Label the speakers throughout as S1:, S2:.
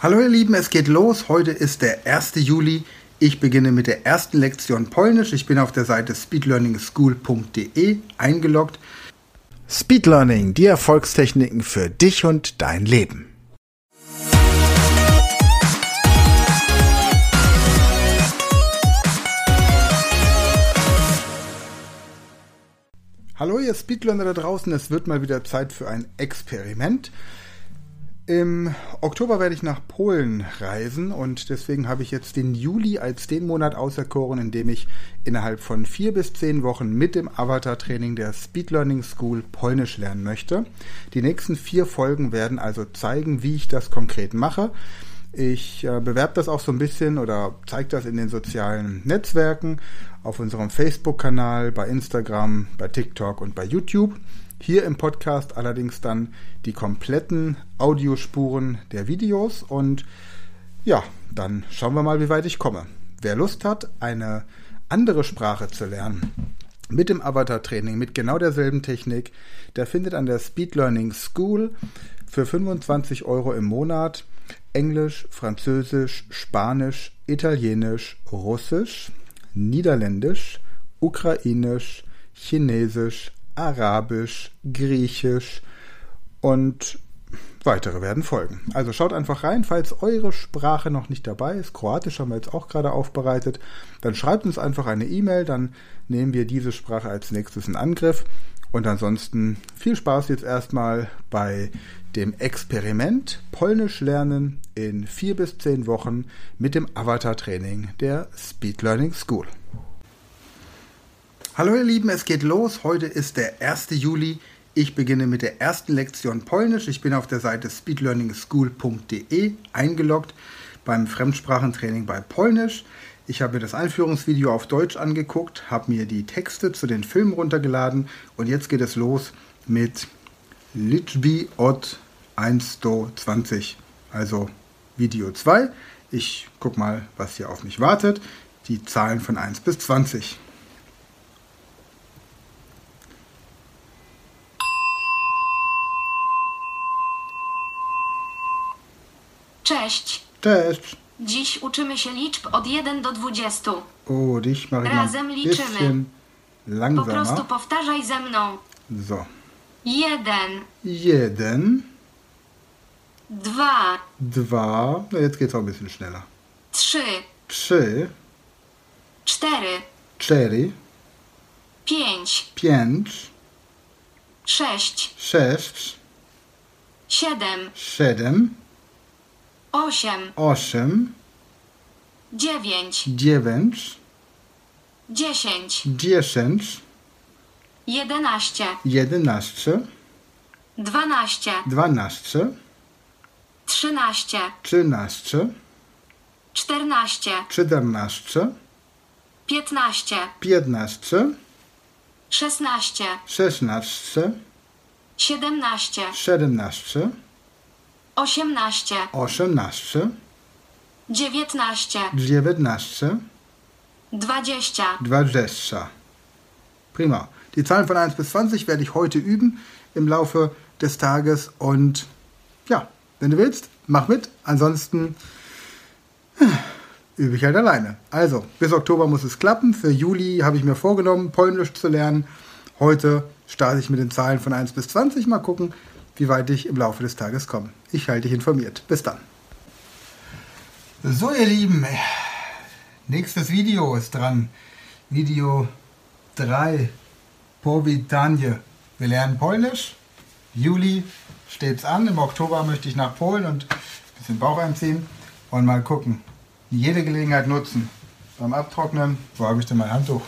S1: Hallo ihr Lieben, es geht los. Heute ist der 1. Juli. Ich beginne mit der ersten Lektion Polnisch. Ich bin auf der Seite speedlearningschool.de eingeloggt.
S2: Speed Learning, die Erfolgstechniken für dich und dein Leben.
S1: Hallo ihr Speedlearner da draußen, es wird mal wieder Zeit für ein Experiment. Im Oktober werde ich nach Polen reisen und deswegen habe ich jetzt den Juli als den Monat auserkoren, in dem ich innerhalb von vier bis zehn Wochen mit dem Avatar-Training der Speed Learning School Polnisch lernen möchte. Die nächsten vier Folgen werden also zeigen, wie ich das konkret mache. Ich äh, bewerbe das auch so ein bisschen oder zeige das in den sozialen Netzwerken, auf unserem Facebook-Kanal, bei Instagram, bei TikTok und bei YouTube. Hier im Podcast allerdings dann die kompletten Audiospuren der Videos und ja, dann schauen wir mal, wie weit ich komme. Wer Lust hat, eine andere Sprache zu lernen, mit dem Avatar-Training, mit genau derselben Technik, der findet an der Speed Learning School für 25 Euro im Monat Englisch, Französisch, Spanisch, Italienisch, Russisch, Niederländisch, Ukrainisch, Chinesisch, Arabisch, Griechisch und weitere werden folgen. Also schaut einfach rein, falls eure Sprache noch nicht dabei ist. Kroatisch haben wir jetzt auch gerade aufbereitet. Dann schreibt uns einfach eine E-Mail, dann nehmen wir diese Sprache als nächstes in Angriff. Und ansonsten viel Spaß jetzt erstmal bei dem Experiment Polnisch lernen in vier bis zehn Wochen mit dem Avatar-Training der Speed Learning School. Hallo ihr Lieben, es geht los. Heute ist der 1. Juli. Ich beginne mit der ersten Lektion Polnisch. Ich bin auf der Seite speedlearningschool.de eingeloggt beim Fremdsprachentraining bei Polnisch. Ich habe mir das Einführungsvideo auf Deutsch angeguckt, habe mir die Texte zu den Filmen runtergeladen und jetzt geht es los mit Liczby od 1 do 20, also Video 2. Ich guck mal, was hier auf mich wartet. Die Zahlen von 1 bis 20.
S3: Cześć.
S1: Cześć.
S3: Dziś uczymy się liczb od 1 do 20.
S1: Oh, dich mache ich mal ein
S3: Razem liczymy.
S1: bisschen
S3: Po prostu
S1: langsamer.
S3: powtarzaj ze mną.
S1: So.
S3: 1,
S1: Jeden,
S3: 2,
S1: zwei, na, jetzt geht's auch ein bisschen schneller.
S3: 3,
S1: Trzy,
S3: 4,
S1: cztery,
S3: 5,
S1: pięć,
S3: 6,
S1: sześć,
S3: 7,
S1: siedem,
S3: 8,
S1: osiem,
S3: 9,
S1: dziewięć,
S3: 10,
S1: dziesięć,
S3: 11,
S1: jedenaście,
S3: 12,
S1: dwanaście,
S3: 13,
S1: trzynaście,
S3: 14,
S1: czternaście,
S3: 15,
S1: piętnaście,
S3: 16,
S1: szesnaście,
S3: 17,
S1: siedemnaście,
S3: 18,
S1: osiemnaście,
S3: 19,
S1: dziewiętnaście,
S3: 20.
S1: Dwadzieścia. Prima. Die Zahlen von 1 bis 20 werde ich heute üben im Laufe des Tages und ja, wenn du willst, mach mit. Ansonsten äh, übe ich halt alleine. Also, bis Oktober muss es klappen. Für Juli habe ich mir vorgenommen, Polnisch zu lernen. Heute starte ich mit den Zahlen von 1 bis 20. Mal gucken, wie weit ich im Laufe des Tages komme. Ich halte dich informiert. Bis dann. So, ihr Lieben, Nächstes Video ist dran. Video 3. Powitanie. Wir lernen Polnisch. Juli steht's an. Im Oktober möchte ich nach Polen und ein bisschen Bauch einziehen und mal gucken. Jede Gelegenheit nutzen. Beim Abtrocknen, wo habe ich denn mein Handtuch?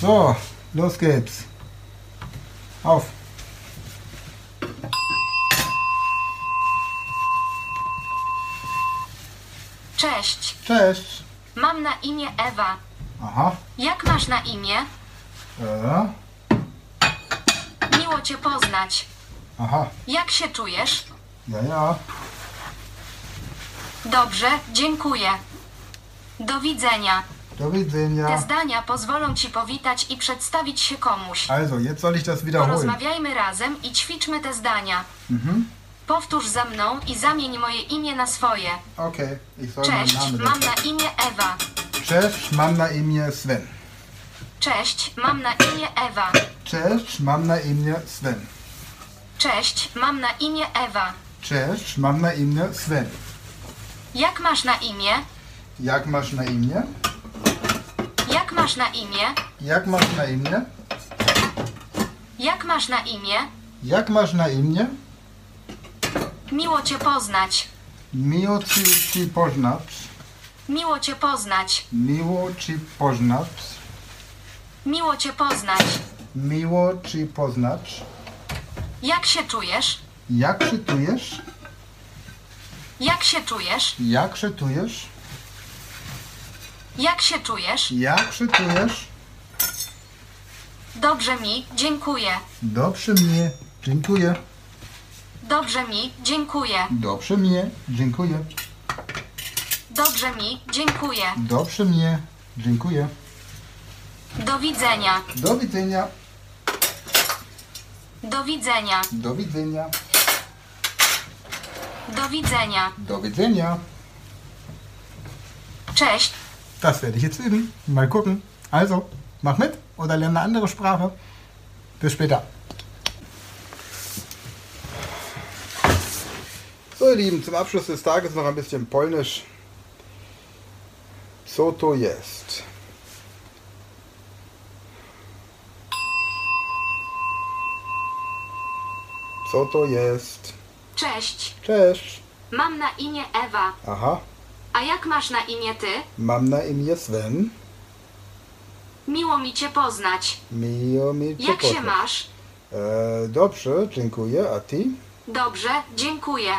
S1: So, los geht's. Auf.
S3: Cześć.
S1: Cześć.
S3: Mam na imię Ewa.
S1: Aha.
S3: Jak masz na imię?
S1: Äh.
S3: Miło cię poznać.
S1: Aha.
S3: Jak się czujesz?
S1: Ja, ja.
S3: Dobrze, dziękuję. Do widzenia.
S1: Do widzenia.
S3: Te zdania pozwolą ci powitać i przedstawić się komuś.
S1: Also, jetzt soll ich das wiederholen.
S3: Porozmawiajmy razem i ćwiczmy te zdania. Powtórz za mną i zamień moje imię na swoje.
S1: Okay, ich soll meinen
S3: Cześć,
S1: Namen
S3: mam
S1: sagen.
S3: na imię Ewa.
S1: Cześć, mam na imię Sven.
S3: Cześć, mam na imię Ewa.
S1: Cześć, mam na imię Sven.
S3: Cześć, mam na imię Ewa.
S1: Cześć, mam na imię Sven.
S3: Jak masz na imię?
S1: Jak masz na imię?
S3: Jak masz na imię?
S1: Jak masz na imię?
S3: Jak masz na imię?
S1: Jak masz na imię?
S3: Miło cię poznać.
S1: Miło ci, ci poznać.
S3: Miło cię poznać.
S1: Miło ci poznać.
S3: Miło cię poznać.
S1: Miło ci poznać.
S3: Jak się czujesz?
S1: Jak się czujesz?
S3: Jak się czujesz?
S1: Jak się czujesz?
S3: Jak się czujesz?
S1: Jak się czujesz?
S3: Dobrze mi, dziękuję.
S1: Dobrze mnie. Dziękuję.
S3: Dobrze mi, dziękuję.
S1: Dobrze mnie. Dziękuję.
S3: Dobrze mi, dziękuję.
S1: Dobrze mnie. Dziękuję.
S3: Do widzenia.
S1: Do widzenia.
S3: Do widzenia.
S1: Do widzenia.
S3: Do widzenia.
S1: Do widzenia.
S3: Cześć.
S1: Das werde ich jetzt üben. Mal gucken. Also, mach mit oder lerne eine andere Sprache. Bis später. So, ihr Lieben, zum Abschluss des Tages noch ein bisschen Polnisch. Co to jest? Co to jest?
S3: Cześć.
S1: Cześć.
S3: Mam na imię Ewa.
S1: Aha,
S3: A jak masz na imię ty?
S1: mam na imię Sven.
S3: Miło mi cię poznać.
S1: Miło mi cię
S3: Jak się
S1: poznać.
S3: masz?
S1: E, dobrze, dziękuję. A ty?
S3: Dobrze, dziękuję.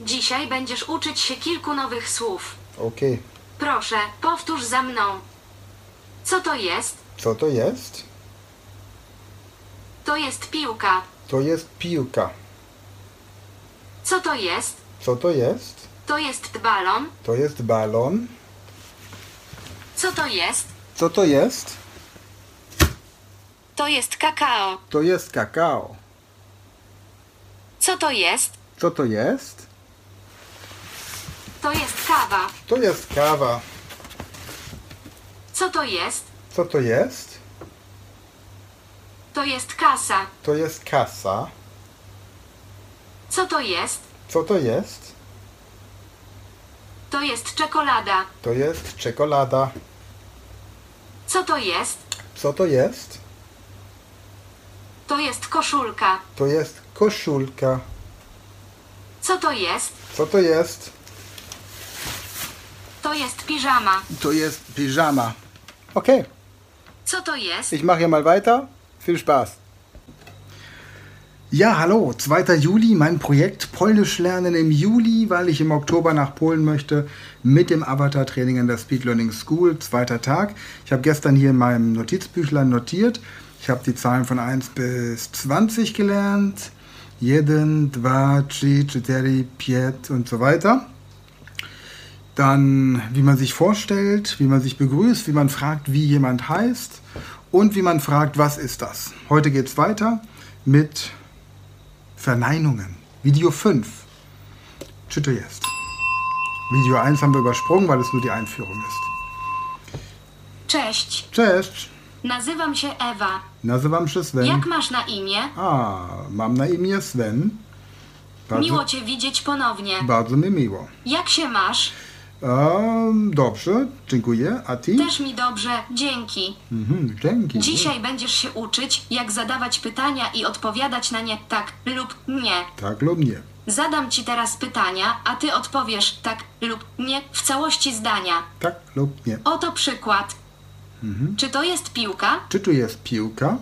S3: Dzisiaj będziesz uczyć się kilku nowych słów.
S1: Okej.
S3: Proszę, powtórz za mną. Co to jest?
S1: Co to jest?
S3: To jest piłka.
S1: To jest piłka.
S3: Co to jest?
S1: Co to jest?
S3: To jest balon.
S1: To jest balon.
S3: Co to jest?
S1: Co to jest?
S3: To jest kakao.
S1: To jest kakao.
S3: Co to jest?
S1: Co to jest?
S3: To jest kawa.
S1: To jest kawa.
S3: Co to jest?
S1: Co to jest?
S3: To jest kasa.
S1: To jest kasa.
S3: Co to jest?
S1: Co to jest?
S3: To jest czekolada.
S1: To jest czekolada.
S3: Co to jest?
S1: Co to jest?
S3: To jest koszulka.
S1: To jest koszulka.
S3: Co to jest?
S1: Co to jest?
S3: To jest piżama.
S1: To jest piżama. Okay.
S3: Co to jest?
S1: Ich mache hier mal weiter. Viel Spaß. Ja, hallo, 2. Juli, mein Projekt Polnisch lernen im Juli, weil ich im Oktober nach Polen möchte mit dem Avatar-Training an der Speed Learning School, zweiter Tag. Ich habe gestern hier in meinem Notizbüchlein notiert. Ich habe die Zahlen von 1 bis 20 gelernt. Jeden, dva, trzy, cztery, pięć und so weiter. Dann, wie man sich vorstellt, wie man sich begrüßt, wie man fragt, wie jemand heißt und wie man fragt, was ist das. Heute geht es weiter mit Verneinungen. Video 5. Tschüss jetzt. Video 1 haben wir übersprungen, weil es nur die Einführung ist.
S3: Cześć.
S1: Cześć,
S3: Nazywam się Ewa.
S1: nazywam się Sven.
S3: Jak masz na imię?
S1: A, mam na imię Sven.
S3: Miło
S1: Bardzo,
S3: cię widzieć ponownie.
S1: bardzo mi miło.
S3: Jak się masz?
S1: Um, dobrze, dziękuję. A ty?
S3: Też mi dobrze, dzięki.
S1: Mhm, dzięki.
S3: Dzisiaj będziesz się uczyć, jak zadawać pytania i odpowiadać na nie tak lub nie.
S1: Tak lub nie.
S3: Zadam ci teraz pytania, a ty odpowiesz tak lub nie w całości zdania.
S1: Tak lub nie.
S3: Oto przykład.
S1: Mhm.
S3: Czy to jest piłka?
S1: Czy tu jest piłka?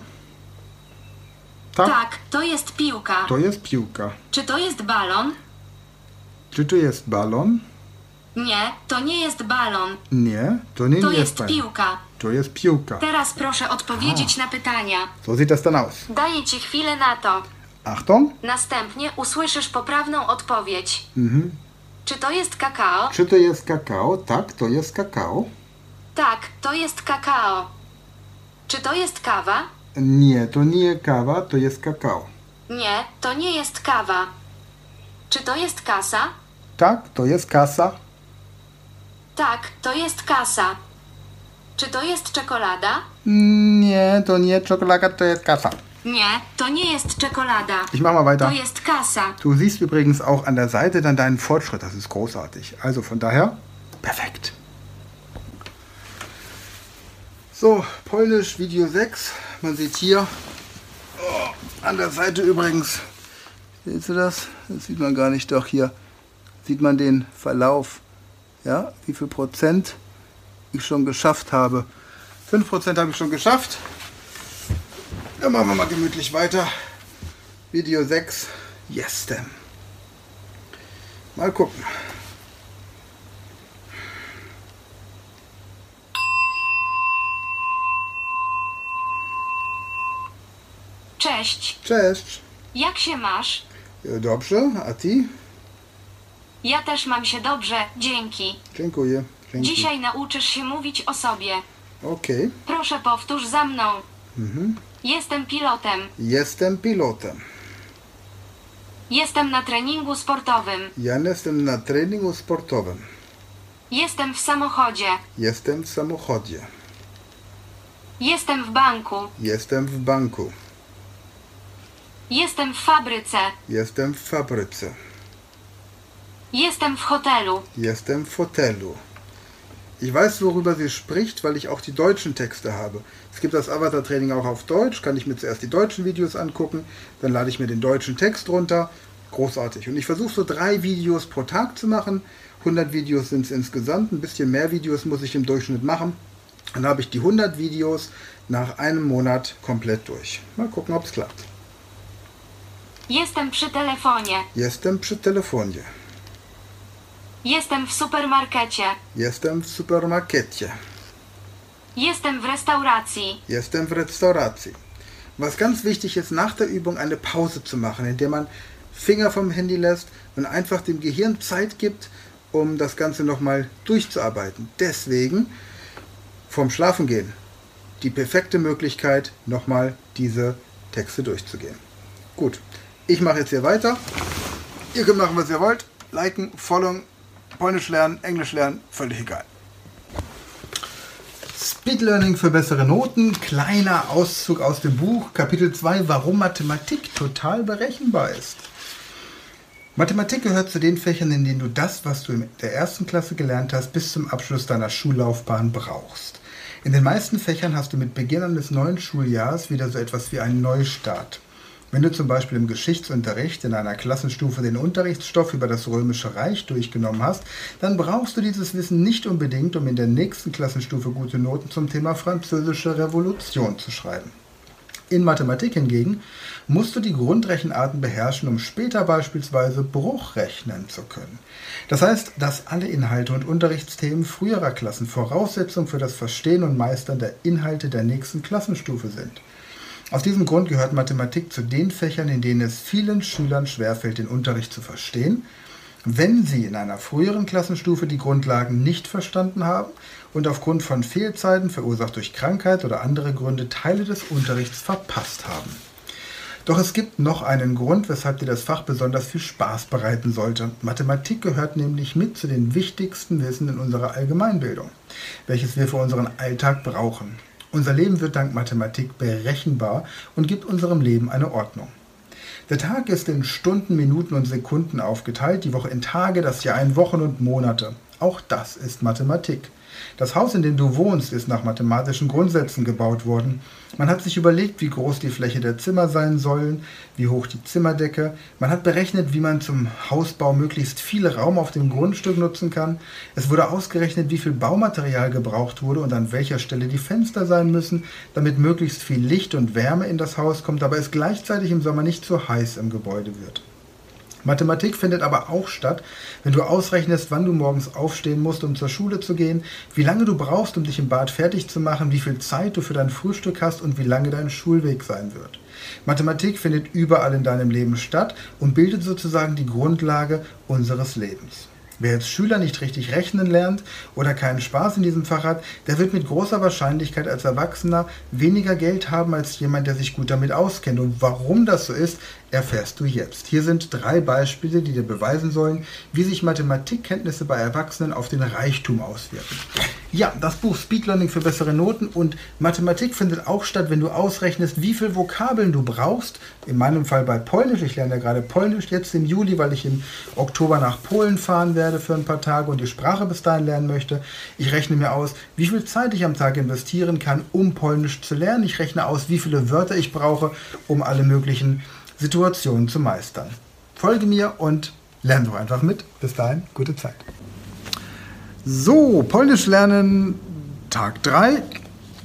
S1: Tak,
S3: Tak, to jest piłka.
S1: to jest piłka.
S3: Czy to jest balon?
S1: Czy tu jest balon?
S3: Nie, to nie jest balon.
S1: Nie, to nie
S3: To
S1: jest
S3: jest
S1: balon.
S3: piłka.
S1: To jest piłka.
S3: Teraz proszę odpowiedzieć na pytania.
S1: So sieht das dann aus.
S3: Daję ci chwilę na to.
S1: Achtung,
S3: Następnie usłyszysz poprawną odpowiedź.
S1: Mhm.
S3: Czy to jest kakao?
S1: czy to jest kakao? Tak, to jest kakao.
S3: Tak, to jest kakao. Czy to jest kawa?
S1: Nie, to nie kawa, to jest kakao.
S3: Nie, to nie jest kawa. Czy to jest kasa?
S1: Tak, to jest kasa.
S3: Tak, to jest kasa. Czy to jest czekolada?
S1: Nie, to nie Schokolade, to jest kasa.
S3: Nie, to nie jest czekolada.
S1: Ich mach mal weiter.
S3: To jest kasa.
S1: Du siehst übrigens auch an der Seite dann deinen Fortschritt. Das ist großartig. Also von daher, perfekt. So, Polnisch Video 6. Man sieht hier oh, an der Seite übrigens, siehst du das? Das sieht man gar nicht. Doch hier sieht man den Verlauf. Ja, wie viel Prozent ich schon geschafft habe. 5% habe ich schon geschafft. Dann machen wir mal gemütlich weiter. Video 6. Yes, denn. Mal gucken.
S3: Cześć.
S1: Cześć.
S3: Jak się masz?
S1: E, Dobrze, a ty?
S3: Ja też mam się dobrze, dzięki.
S1: Dziękuję. Dzięki.
S3: Dzisiaj nauczysz się mówić o sobie.
S1: Okej.
S3: Proszę powtórz za mną. Jestem pilotem.
S1: Jestem pilotem.
S3: Jestem na treningu sportowym.
S1: Ja jestem na treningu sportowym.
S3: Jestem w samochodzie.
S1: Jestem w samochodzie.
S3: Jestem w banku.
S1: Jestem w banku.
S3: Jestem w fabryce.
S1: Jestem w fabryce.
S3: Jestem w hotelu.
S1: Jestem w Fotelu. Ich weiß, worüber sie spricht, weil ich auch die deutschen Texte habe. Es gibt das Avatar-Training auch auf Deutsch, kann ich mir zuerst die deutschen Videos angucken, dann lade ich mir den deutschen Text runter. Großartig. Und ich versuche so drei Videos pro Tag zu machen. 100 Videos sind es insgesamt, ein bisschen mehr Videos muss ich im Durchschnitt machen. Dann habe ich die 100 Videos nach einem Monat komplett durch. Mal gucken, ob es klappt.
S3: Jestem przy telefonie.
S1: Jestem przy telefonie.
S3: Jestem w supermarkecie.
S1: Jestem w supermarkecie.
S3: Jestem w restauracji.
S1: Jestem w restauracji. Was ganz wichtig ist, nach der Übung eine Pause zu machen, indem man Finger vom Handy lässt und einfach dem Gehirn Zeit gibt, um das Ganze nochmal durchzuarbeiten. Deswegen vom Schlafengehen die perfekte Möglichkeit, nochmal diese Texte durchzugehen. Gut, ich mache jetzt hier weiter. Ihr könnt machen, was ihr wollt. Liken, folgen, Polnisch lernen, Englisch lernen, völlig egal. Speed Learning für bessere Noten, kleiner Auszug aus dem Buch, Kapitel 2, warum Mathematik total berechenbar ist. Mathematik gehört zu den Fächern, in denen du das, was du in der ersten Klasse gelernt hast, bis zum Abschluss deiner Schullaufbahn brauchst. In den meisten Fächern hast du mit Beginn eines neuen Schuljahres wieder so etwas wie einen Neustart. Wenn du zum Beispiel im Geschichtsunterricht in einer Klassenstufe den Unterrichtsstoff über das Römische Reich durchgenommen hast, dann brauchst du dieses Wissen nicht unbedingt, um in der nächsten Klassenstufe gute Noten zum Thema Französische Revolution zu schreiben. In Mathematik hingegen musst du die Grundrechenarten beherrschen, um später beispielsweise Bruchrechnen zu können. Das heißt, dass alle Inhalte und Unterrichtsthemen früherer Klassen Voraussetzung für das Verstehen und Meistern der Inhalte der nächsten Klassenstufe sind. Aus diesem Grund gehört Mathematik zu den Fächern, in denen es vielen Schülern schwerfällt, den Unterricht zu verstehen, wenn sie in einer früheren Klassenstufe die Grundlagen nicht verstanden haben und aufgrund von Fehlzeiten, verursacht durch Krankheit oder andere Gründe, Teile des Unterrichts verpasst haben. Doch es gibt noch einen Grund, weshalb dir das Fach besonders viel Spaß bereiten sollte. Mathematik gehört nämlich mit zu den wichtigsten Wissen in unserer Allgemeinbildung, welches wir für unseren Alltag brauchen. Unser Leben wird dank Mathematik berechenbar und gibt unserem Leben eine Ordnung. Der Tag ist in Stunden, Minuten und Sekunden aufgeteilt, die Woche in Tage, das Jahr in Wochen und Monate. Auch das ist Mathematik. Das Haus, in dem du wohnst, ist nach mathematischen Grundsätzen gebaut worden. Man hat sich überlegt, wie groß die Fläche der Zimmer sein sollen, wie hoch die Zimmerdecke. Man hat berechnet, wie man zum Hausbau möglichst viel Raum auf dem Grundstück nutzen kann. Es wurde ausgerechnet, wie viel Baumaterial gebraucht wurde und an welcher Stelle die Fenster sein müssen, damit möglichst viel Licht und Wärme in das Haus kommt, aber es gleichzeitig im Sommer nicht zu heiß im Gebäude wird. Mathematik findet aber auch statt, wenn du ausrechnest, wann du morgens aufstehen musst, um zur Schule zu gehen, wie lange du brauchst, um dich im Bad fertig zu machen, wie viel Zeit du für dein Frühstück hast und wie lange dein Schulweg sein wird. Mathematik findet überall in deinem Leben statt und bildet sozusagen die Grundlage unseres Lebens. Wer als Schüler nicht richtig rechnen lernt oder keinen Spaß in diesem Fach hat, der wird mit großer Wahrscheinlichkeit als Erwachsener weniger Geld haben als jemand, der sich gut damit auskennt. Und warum das so ist, erfährst du jetzt. Hier sind drei Beispiele, die dir beweisen sollen, wie sich Mathematikkenntnisse bei Erwachsenen auf den Reichtum auswirken. Ja, das Buch Speed Learning für bessere Noten und Mathematik findet auch statt, wenn du ausrechnest, wie viel Vokabeln du brauchst. In meinem Fall bei Polnisch. Ich lerne ja gerade Polnisch jetzt im Juli, weil ich im Oktober nach Polen fahren werde für ein paar Tage und die Sprache bis dahin lernen möchte. Ich rechne mir aus, wie viel Zeit ich am Tag investieren kann, um Polnisch zu lernen. Ich rechne aus, wie viele Wörter ich brauche, um alle möglichen Situationen zu meistern. Folge mir und lerne doch einfach mit. Bis dahin, gute Zeit. So, Polnisch lernen, Tag 3.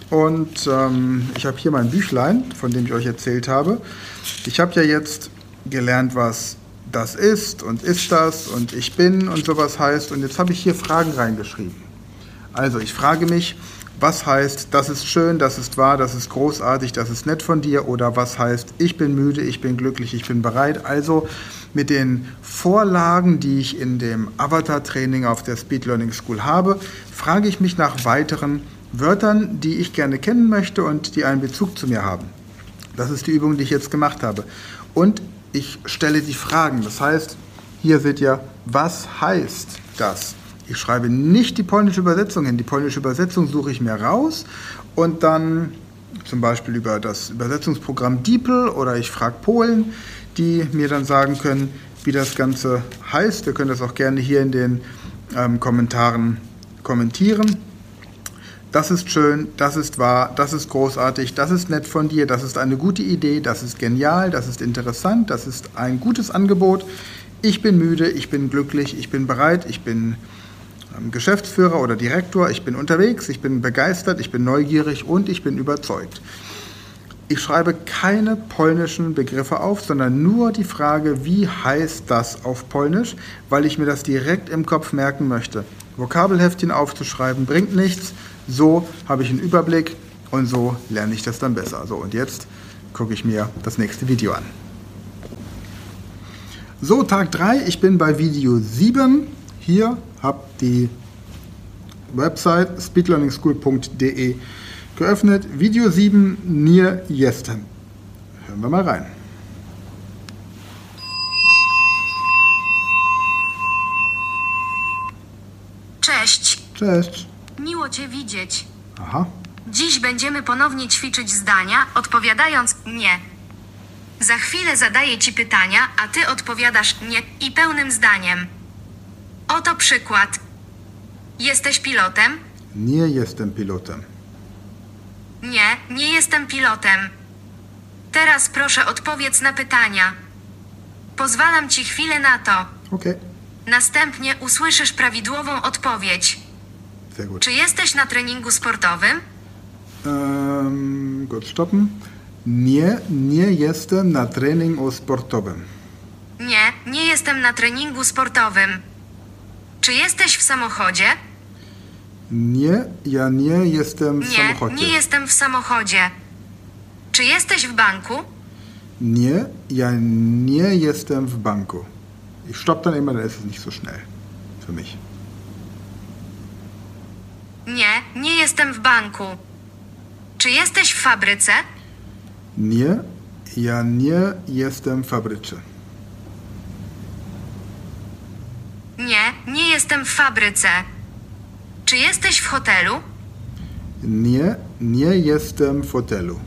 S1: Und ähm, ich habe hier mein Büchlein, von dem ich euch erzählt habe. Ich habe ja jetzt gelernt, was das ist und ist das und ich bin und sowas heißt. Und jetzt habe ich hier Fragen reingeschrieben. Also ich frage mich, was heißt, das ist schön, das ist wahr, das ist großartig, das ist nett von dir oder was heißt, ich bin müde, ich bin glücklich, ich bin bereit. Also mit den Vorlagen, die ich in dem Avatar-Training auf der Speed Learning School habe, frage ich mich nach weiteren Wörtern, die ich gerne kennen möchte und die einen Bezug zu mir haben. Das ist die Übung, die ich jetzt gemacht habe. Und ich stelle die Fragen. Das heißt, hier seht ihr, was heißt das? Ich schreibe nicht die polnische Übersetzung hin. Die polnische Übersetzung suche ich mir raus und dann zum Beispiel über das Übersetzungsprogramm DeepL oder ich frage Polen, die mir dann sagen können, wie das Ganze heißt. Wir können das auch gerne hier in den ähm, Kommentaren kommentieren. Das ist schön, das ist wahr, das ist großartig, das ist nett von dir, das ist eine gute Idee, das ist genial, das ist interessant, das ist ein gutes Angebot. Ich bin müde, ich bin glücklich, ich bin bereit, ich bin ähm, Geschäftsführer oder Direktor, ich bin unterwegs, ich bin begeistert, ich bin neugierig und ich bin überzeugt. Ich schreibe keine polnischen Begriffe auf, sondern nur die Frage, wie heißt das auf Polnisch, weil ich mir das direkt im Kopf merken möchte. Vokabelheftchen aufzuschreiben bringt nichts, so habe ich einen Überblick und so lerne ich das dann besser. So, und jetzt gucke ich mir das nächste Video an. So, Tag 3, ich bin bei Video 7. Hier habe die Website speedlearningschool.de geöffnet. Video 7 Nier Jesten. Hören wir mal rein.
S3: Cześć.
S1: Cześć.
S3: Miło Cię widzieć.
S1: Aha.
S3: Dziś będziemy ponownie ćwiczyć zdania, odpowiadając nie. Za chwilę zadaję Ci pytania, a Ty odpowiadasz nie i pełnym zdaniem. Oto przykład. Jesteś pilotem?
S1: Nie jestem pilotem.
S3: Nie, nie jestem pilotem. Teraz proszę odpowiedz na pytania. Pozwalam Ci chwilę na to.
S1: Okay,
S3: Następnie usłyszysz prawidłową odpowiedź.
S1: sehr gut.
S3: Czy jesteś na treningu sportowym?
S1: Ähm, kurz stoppen. Nie, nie jestem na treningu sportowym.
S3: Nie, nie jestem na treningu sportowym. Czy jesteś w samochodzie?
S1: Nie, ja nie jestem w
S3: Nie,
S1: samochodzie.
S3: nie jestem w samochodzie. Czy jesteś w banku?
S1: Nie, ja nie jestem w banku. Ich stopp dann immer, dann ist es nicht so schnell. Für mich.
S3: Nie, nie jestem w banku. Czy jesteś w fabryce?
S1: Nie, ja nie jestem w fabryce.
S3: Nie, nie jestem w fabryce. Czy jesteś w hotelu?
S1: Nie, nie jestem w hotelu.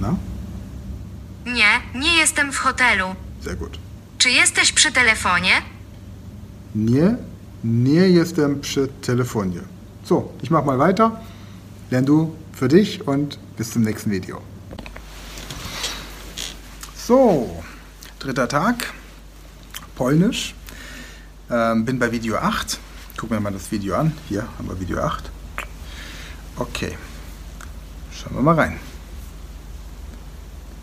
S1: Na,
S3: Nie, nie jestem w hotelu.
S1: sehr gut.
S3: Czy jesteś przy telefonie?
S1: Nie, nie jestem przy telefonie. So, ich mach mal weiter. Lern du für dich und bis zum nächsten Video. So, dritter Tag. Polnisch. Ähm, bin bei Video 8. Guck mir mal das Video an. Hier haben wir Video 8. Okay. Schauen wir mal rein.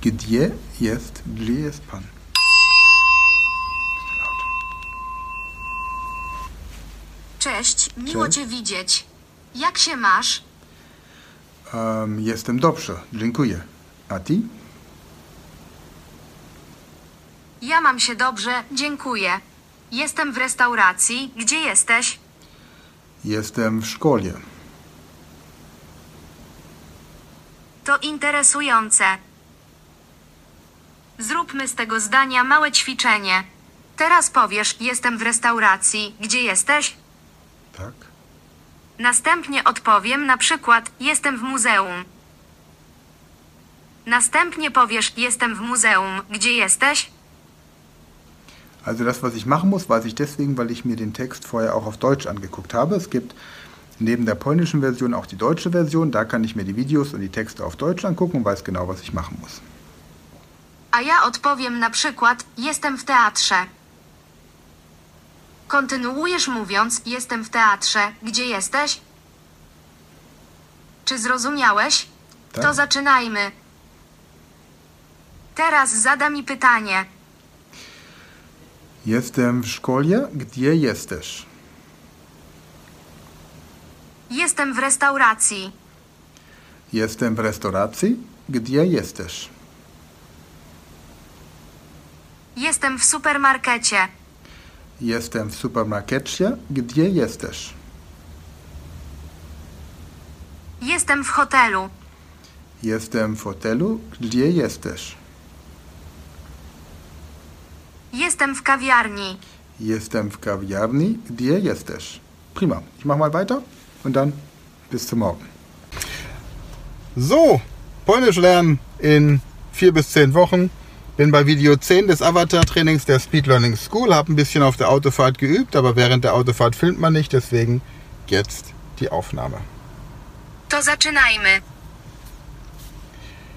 S1: Gdzie jest, gdzie jest pan? Bisschen laut.
S3: Cześć, miło
S1: Cześć.
S3: cię widzieć. Jak się masz?
S1: Ähm, Um, jestem dobrze, dziękuję. A ty?
S3: Ja mam się dobrze, dziękuję. Jestem w restauracji, gdzie jesteś?
S1: Jestem w szkole.
S3: To interesujące. Zróbmy z tego zdania małe ćwiczenie. Teraz powiesz, jestem w restauracji, gdzie jesteś?
S1: Tak?
S3: Następnie odpowiem na przykład, jestem w muzeum. Następnie powiesz, jestem w muzeum, gdzie jesteś?
S1: Also das, was ich machen muss, weiß ich deswegen, weil ich mir den Text vorher auch auf Deutsch angeguckt habe. Es gibt neben der polnischen Version auch die deutsche Version. Da kann ich mir die Videos und die Texte auf Deutsch angucken und weiß genau, was ich machen muss.
S3: A ja odpowiem na przykład, jestem w teatrze. Kontynuujesz mówiąc, jestem w teatrze, gdzie jesteś? Czy zrozumiałeś?
S1: Tak.
S3: To zaczynajmy. Teraz zada mi pytanie.
S1: Jestem w szkole. Gdzie jesteś?
S3: Jestem w restauracji.
S1: Jestem w restauracji. Gdzie jesteś?
S3: Jestem w supermarkecie.
S1: Jestem w supermarkecie. Gdzie jesteś?
S3: Jestem w hotelu.
S1: Jestem w hotelu. Gdzie jesteś?
S3: Jestem w kawiarni.
S1: Jestem w kawiarni. Gdzie jesteś? Prima. Ich mache mal weiter und dann bis zum Morgen. So, Polnisch lernen in vier bis zehn Wochen. Bin bei Video 10 des Avatar-Trainings der Speed Learning School. Hab ein bisschen auf der Autofahrt geübt, aber während der Autofahrt filmt man nicht, deswegen jetzt die Aufnahme.
S3: To zaczynajmy.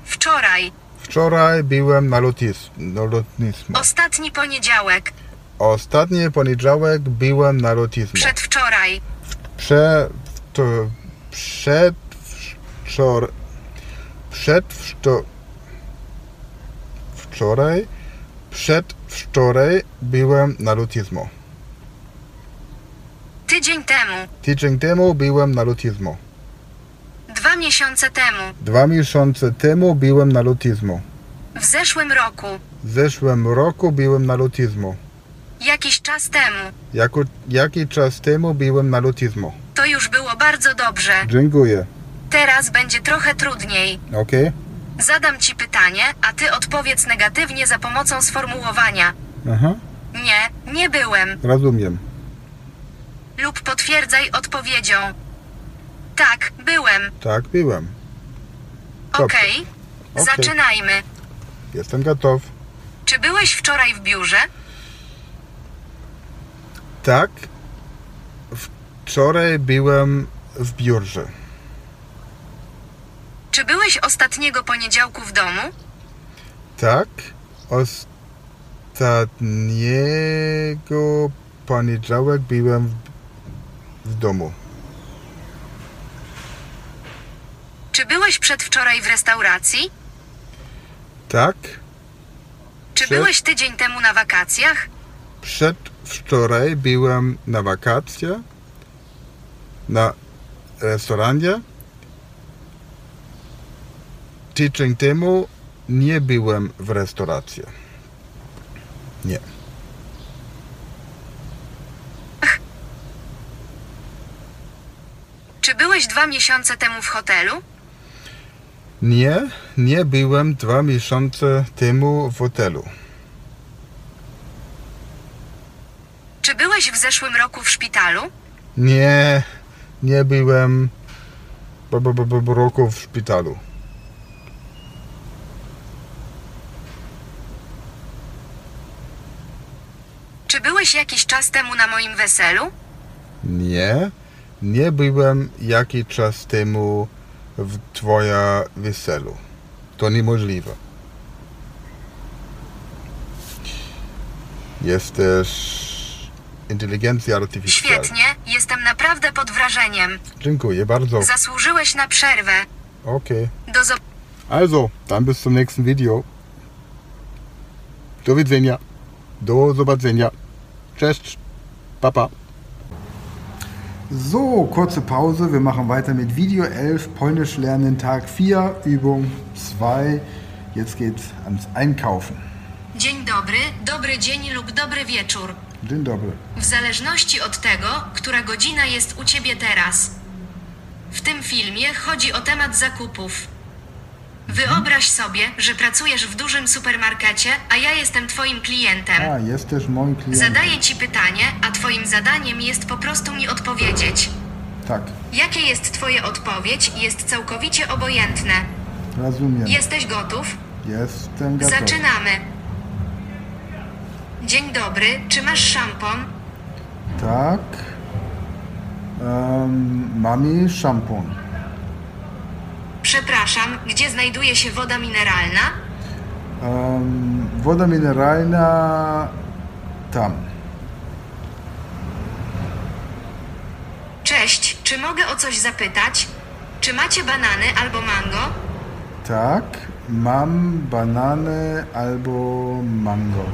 S3: Wczoraj,
S1: Wczoraj byłem na, lotis, na lotnisku.
S3: ostatni poniedziałek,
S1: No. Ostatni poniedziałek byłem na lotnisku.
S3: przedwczoraj,
S1: Prze, to, przedwczor, przedwczor, wczoraj, przedwczoraj byłem na lotnisku.
S3: tydzień temu,
S1: Tydzień temu byłem na lotnisku.
S3: dwa miesiące temu,
S1: Dwa miesiące temu byłem na lotnisku.
S3: w zeszłym roku,
S1: W zeszłym roku byłem na lotnisku.
S3: jakiś czas temu.
S1: Jako, jaki czas temu byłem na lotnisku.
S3: To już było bardzo dobrze.
S1: Dziękuję.
S3: Teraz będzie trochę trudniej.
S1: Ok?
S3: Zadam ci pytanie, a ty odpowiedz negatywnie za pomocą sformułowania.
S1: Aha,
S3: Nie, nie byłem.
S1: rozumiem.
S3: Lub potwierdzaj odpowiedzią. Tak, byłem.
S1: Tak, byłem. Dobrze.
S3: Okej.
S1: Okej.
S3: Zaczynajmy.
S1: Jestem gotów.
S3: Czy byłeś wczoraj w biurze?
S1: Tak. Wczoraj byłem w biurze.
S3: Czy byłeś ostatniego poniedziałku w domu?
S1: Tak. Ostatniego poniedziałek byłem w, w domu.
S3: Czy byłeś przedwczoraj w restauracji?
S1: Tak.
S3: Czy
S1: Przed-
S3: byłeś tydzień temu na wakacjach?
S1: Przedwczoraj byłem na wakacje na restauranie. Tydzień temu nie byłem w restauracji. Nie.
S3: Czy byłeś dwa miesiące temu w hotelu?
S1: Nie, nie byłem dwa miesiące temu w hotelu.
S3: Czy byłeś w zeszłym roku w szpitalu?
S1: Nie, nie byłem b, b, b, b, roku w szpitalu.
S3: Czy byłeś jakiś czas temu na moim weselu?
S1: Nie, nie byłem jakiś czas temu w twoja weselu. To niemożliwe. Jesteś inteligencja artyficjalna.
S3: Świetnie, jestem naprawdę pod wrażeniem.
S1: Dziękuję bardzo.
S3: Zasłużyłeś na przerwę.
S1: Okej.
S3: Do zobaczenia.
S1: Also, dann bis zum nächsten Video. Do widzenia. Do zobaczenia. Cześć. Papa. So, kurze Pause. Wir machen weiter mit Video 11, Polnisch lernen, Tag 4, Übung 2. Jetzt geht's ans Einkaufen.
S3: Dzień dobry, dobry dzień lub dobry wieczór.
S1: Dzień dobry.
S3: W zależności od tego, która godzina jest u ciebie teraz. W tym filmie chodzi o temat zakupów. Wyobraź sobie, że pracujesz w dużym supermarkecie, a ja jestem twoim klientem.
S1: A, jest też moim klientem.
S3: Zadaję ci pytanie, a twoim zadaniem jest po prostu mi odpowiedzieć.
S1: Tak,
S3: Jakie jest twoja odpowiedź, jest całkowicie obojętne.
S1: rozumiem.
S3: Jesteś gotów?
S1: Jestem gotowy.
S3: Zaczynamy. Dzień dobry, czy masz szampon?
S1: Tak. Um, mami szampon.
S3: Przepraszam, gdzie znajduje się woda mineralna?
S1: Um, woda mineralna tam.
S3: Cześć, czy mogę o coś zapytać? Czy macie banany albo mango?
S1: Tak. Mam banany albo mango.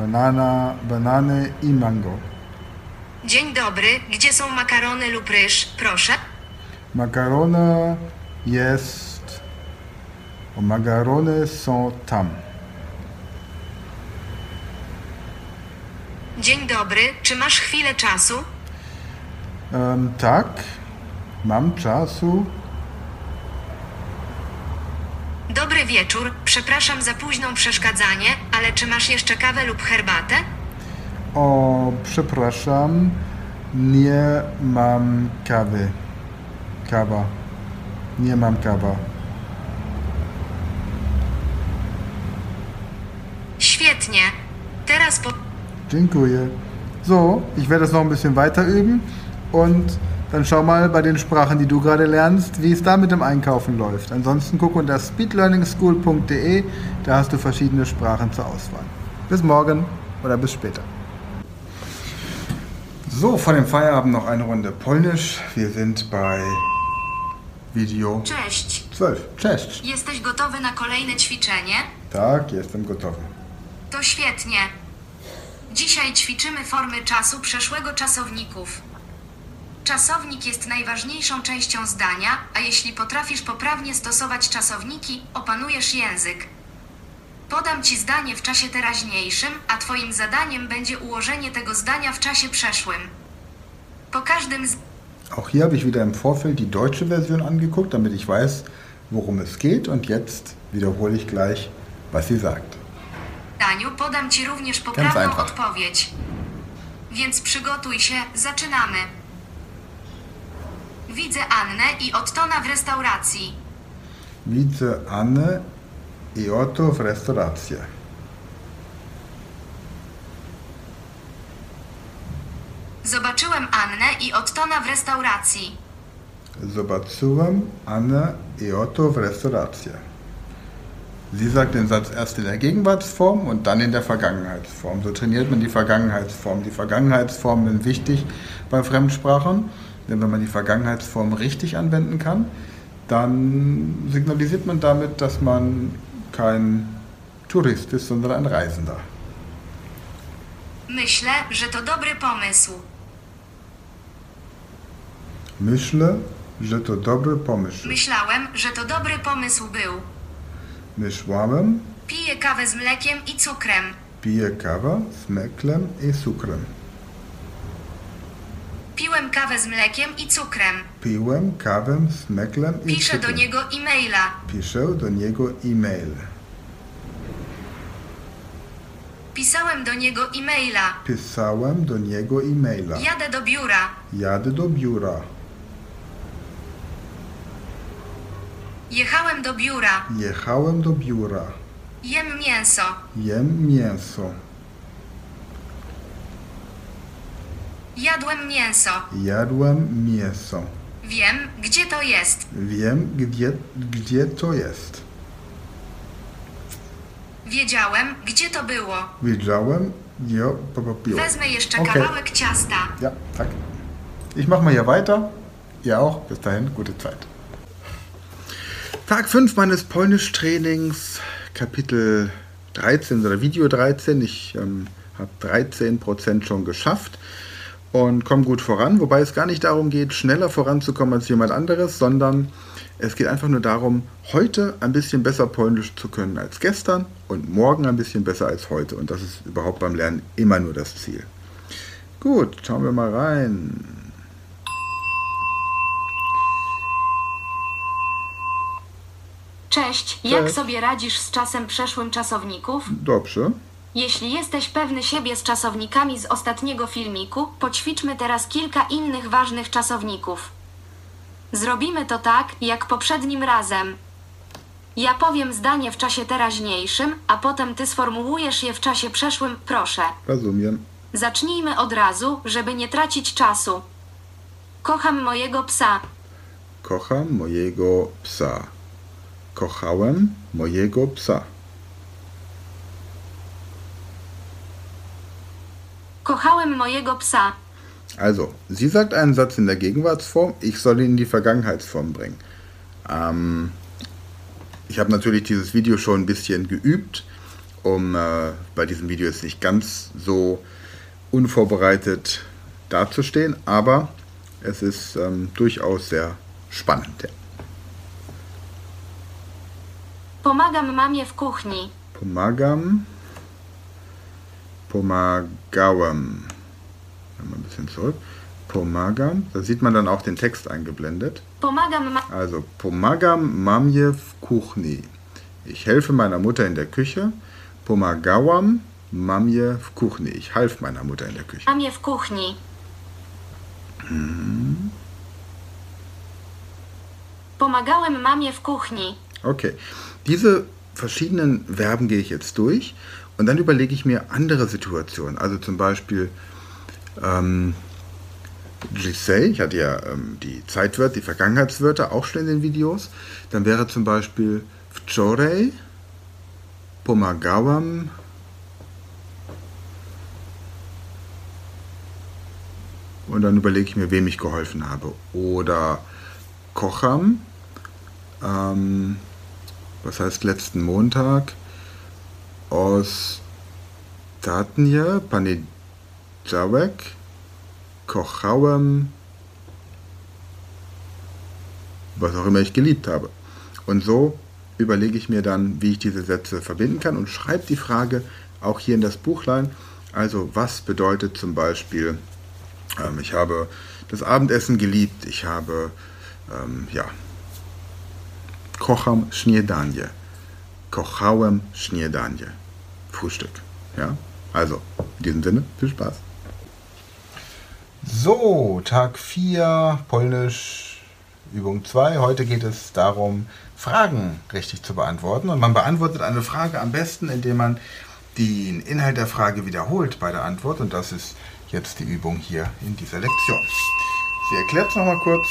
S1: Banana, banany i mango.
S3: Dzień dobry, gdzie są makarony lub ryż, proszę?
S1: Makarona jest. O, makarony są tam.
S3: Dzień dobry, czy masz chwilę czasu?
S1: Um, tak. Mam czasu.
S3: Dobry wieczór, przepraszam za późną przeszkadzanie, ale czy masz jeszcze kawę lub herbatę?
S1: O, przepraszam, nie mam kawy. Kawa. Nie mam kawa.
S3: Świetnie. Teraz po...
S1: Dziękuję. So, ich werde das noch ein bisschen weiter üben und dann schau mal bei den Sprachen, die du gerade lernst, wie es da mit dem Einkaufen läuft. Ansonsten guck unter speedlearningschool.de, da hast du verschiedene Sprachen zur Auswahl. Bis morgen oder bis später. So, vor dem Feierabend noch eine Runde Polnisch. Wir sind bei Video
S3: Cześć.
S1: 12. Cześć.
S3: Jesteś gotowy na kolejne ćwiczenie?
S1: Tak, jestem gotowy.
S3: To świetnie. Dzisiaj ćwiczymy formy czasu przeszłego czasowników. Czasownik jest najważniejszą częścią zdania, a jeśli potrafisz poprawnie stosować czasowniki, opanujesz język. Podam ci zdanie w czasie teraźniejszym, a twoim zadaniem będzie ułożenie tego zdania w czasie przeszłym. Po każdym z...
S1: Auch hier habe ich wieder im Vorfeld die deutsche Version angeguckt, damit ich weiß, worum es geht. Und jetzt wiederhole ich gleich, was sie sagt.
S3: Daniu, podam Ci również poprawną
S1: einfach.
S3: odpowiedź. Więc przygotuj się, zaczynamy. Widzę Annę i Ottona w restauracji.
S1: Widzę Anne i Otto w restauracji.
S3: Zobaczyłem Annę i Ottona w restauracji.
S1: Zobaczyłem Anne i Otto w restauracji. Sie sagt den Satz erst in der Gegenwartsform und dann in der Vergangenheitsform. So trainiert man die Vergangenheitsform. Die Vergangenheitsformen sind wichtig bei Fremdsprachen, denn wenn man die Vergangenheitsform richtig anwenden kann, dann signalisiert man damit, dass man kein Tourist ist, sondern ein Reisender.
S3: Myślę, że to dobry pomysł.
S1: Myślę, że to dobry pomysł.
S3: Myślałem, że to dobry pomysł był.
S1: Myślałem,
S3: Piję kawę z mlekiem i cukrem.
S1: piję kawę z meklem i cukrem.
S3: Piłem kawę z mlekiem i cukrem.
S1: Piłem kawę z meklem i
S3: Piszę do
S1: cukrem.
S3: niego e-maila.
S1: Piszę do niego e-mail.
S3: Pisałem do niego e-maila.
S1: Pisałem do niego e-maila.
S3: Jadę do biura.
S1: Jadę do biura.
S3: Jechałem do biura.
S1: Jechałem do biura.
S3: Jem mięso.
S1: Jem mięso.
S3: Jadłem mięso.
S1: Jadłem mięso.
S3: Wiem, gdzie to jest.
S1: Wiem, gdzie, gdzie to jest.
S3: Wiedziałem, gdzie to było.
S1: Wiedziałem, gdzie to było.
S3: Wezmę jeszcze
S1: Okej.
S3: kawałek ciasta.
S1: Ja, tak. Ich mache mal hier weiter. Ihr auch. Bis dahin, gute Zeit. Tag 5 meines Polnisch-Trainings, Kapitel 13 oder Video 13. Ich ähm, habe 13% schon geschafft und komme gut voran, wobei es gar nicht darum geht, schneller voranzukommen als jemand anderes, sondern es geht einfach nur darum, heute ein bisschen besser Polnisch zu können als gestern und morgen ein bisschen besser als heute. Und das ist überhaupt beim Lernen immer nur das Ziel. Gut, schauen wir mal rein.
S3: Cześć, jak sobie radzisz z czasem przeszłym czasowników?
S1: Dobrze.
S3: Jeśli jesteś pewny siebie z czasownikami z ostatniego filmiku, poćwiczmy teraz kilka innych ważnych czasowników. Zrobimy to tak, jak poprzednim razem. Ja powiem zdanie w czasie teraźniejszym, a potem ty sformułujesz je w czasie przeszłym, proszę.
S1: Rozumiem.
S3: Zacznijmy od razu, żeby nie tracić czasu. Kocham mojego psa.
S1: Kocham mojego psa. Kochałem mojego psa.
S3: Kochałem mojego psa.
S1: Also, sie sagt einen Satz in der Gegenwartsform, ich soll ihn in die Vergangenheitsform bringen. Ähm, ich habe natürlich dieses Video schon ein bisschen geübt, um äh, bei diesem Video jetzt nicht ganz so unvorbereitet dazustehen, aber es ist ähm, durchaus sehr spannend. Ja.
S3: Pomagam mamie w kuchni.
S1: Pomagam. Pomagałem. Mal ein bisschen zurück. Pomagam. Da sieht man dann auch den Text eingeblendet.
S3: Pomagam ma...
S1: Also, pomagam mamie w kuchni. Ich helfe meiner Mutter in der Küche. Pomagałam mamie w kuchni. Ich half meiner Mutter in der Küche.
S3: mamie w kuchni. Pomagałem mamie w kuchni.
S1: Okay. Diese verschiedenen Verben gehe ich jetzt durch und dann überlege ich mir andere Situationen. Also zum Beispiel ähm, Giselle, ich hatte ja ähm, die Zeitwörter, die Vergangenheitswörter auch schon in den Videos. Dann wäre zum Beispiel wczoraj pomagałam und dann überlege ich mir, wem ich geholfen habe. Oder kocham, ähm, was heißt letzten Montag, aus Tatnie, Panidjawek, kochałem, was auch immer ich geliebt habe. Und so überlege ich mir dann, wie ich diese Sätze verbinden kann und schreibe die Frage auch hier in das Buchlein. Also was bedeutet zum Beispiel, ähm, ich habe das Abendessen geliebt, ich habe, ähm, ja, kocham śniadanie, kochałem śniadanie, Frühstück. Ja, also in diesem Sinne, viel Spaß. So, Tag 4, Polnisch, Übung 2. Heute geht es darum, Fragen richtig zu beantworten. Und man beantwortet eine Frage am besten, indem man den Inhalt der Frage wiederholt bei der Antwort. Und das ist jetzt die Übung hier in dieser Lektion. Sie erklärt es nochmal kurz,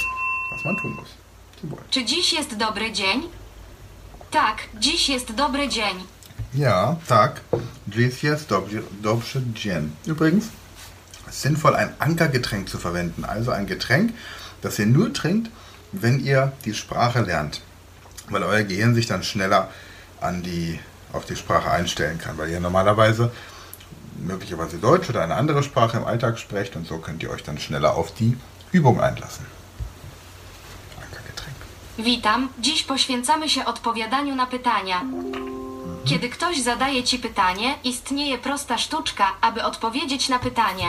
S1: was man tun muss. Zum Wohl.
S3: Czy dziś jest dobry dzień? Tak, dziś jest dobry dzień.
S1: Ja, Tag. Dies jetzt Dobsche Gin. Übrigens, es ist sinnvoll, ein Ankergetränk zu verwenden. Also ein Getränk, das ihr nur trinkt, wenn ihr die Sprache lernt. Weil euer Gehirn sich dann schneller an die, auf die Sprache einstellen kann. Weil ihr normalerweise möglicherweise Deutsch oder eine andere Sprache im Alltag sprecht und so könnt ihr euch dann schneller auf die Übung einlassen. Ankergetränk.
S3: Witam, dziś poświęcamy się odpowiadaniu na pytania. Kiedy ktoś zadaje ci pytanie, istnieje prosta sztuczka, aby odpowiedzieć na pytanie.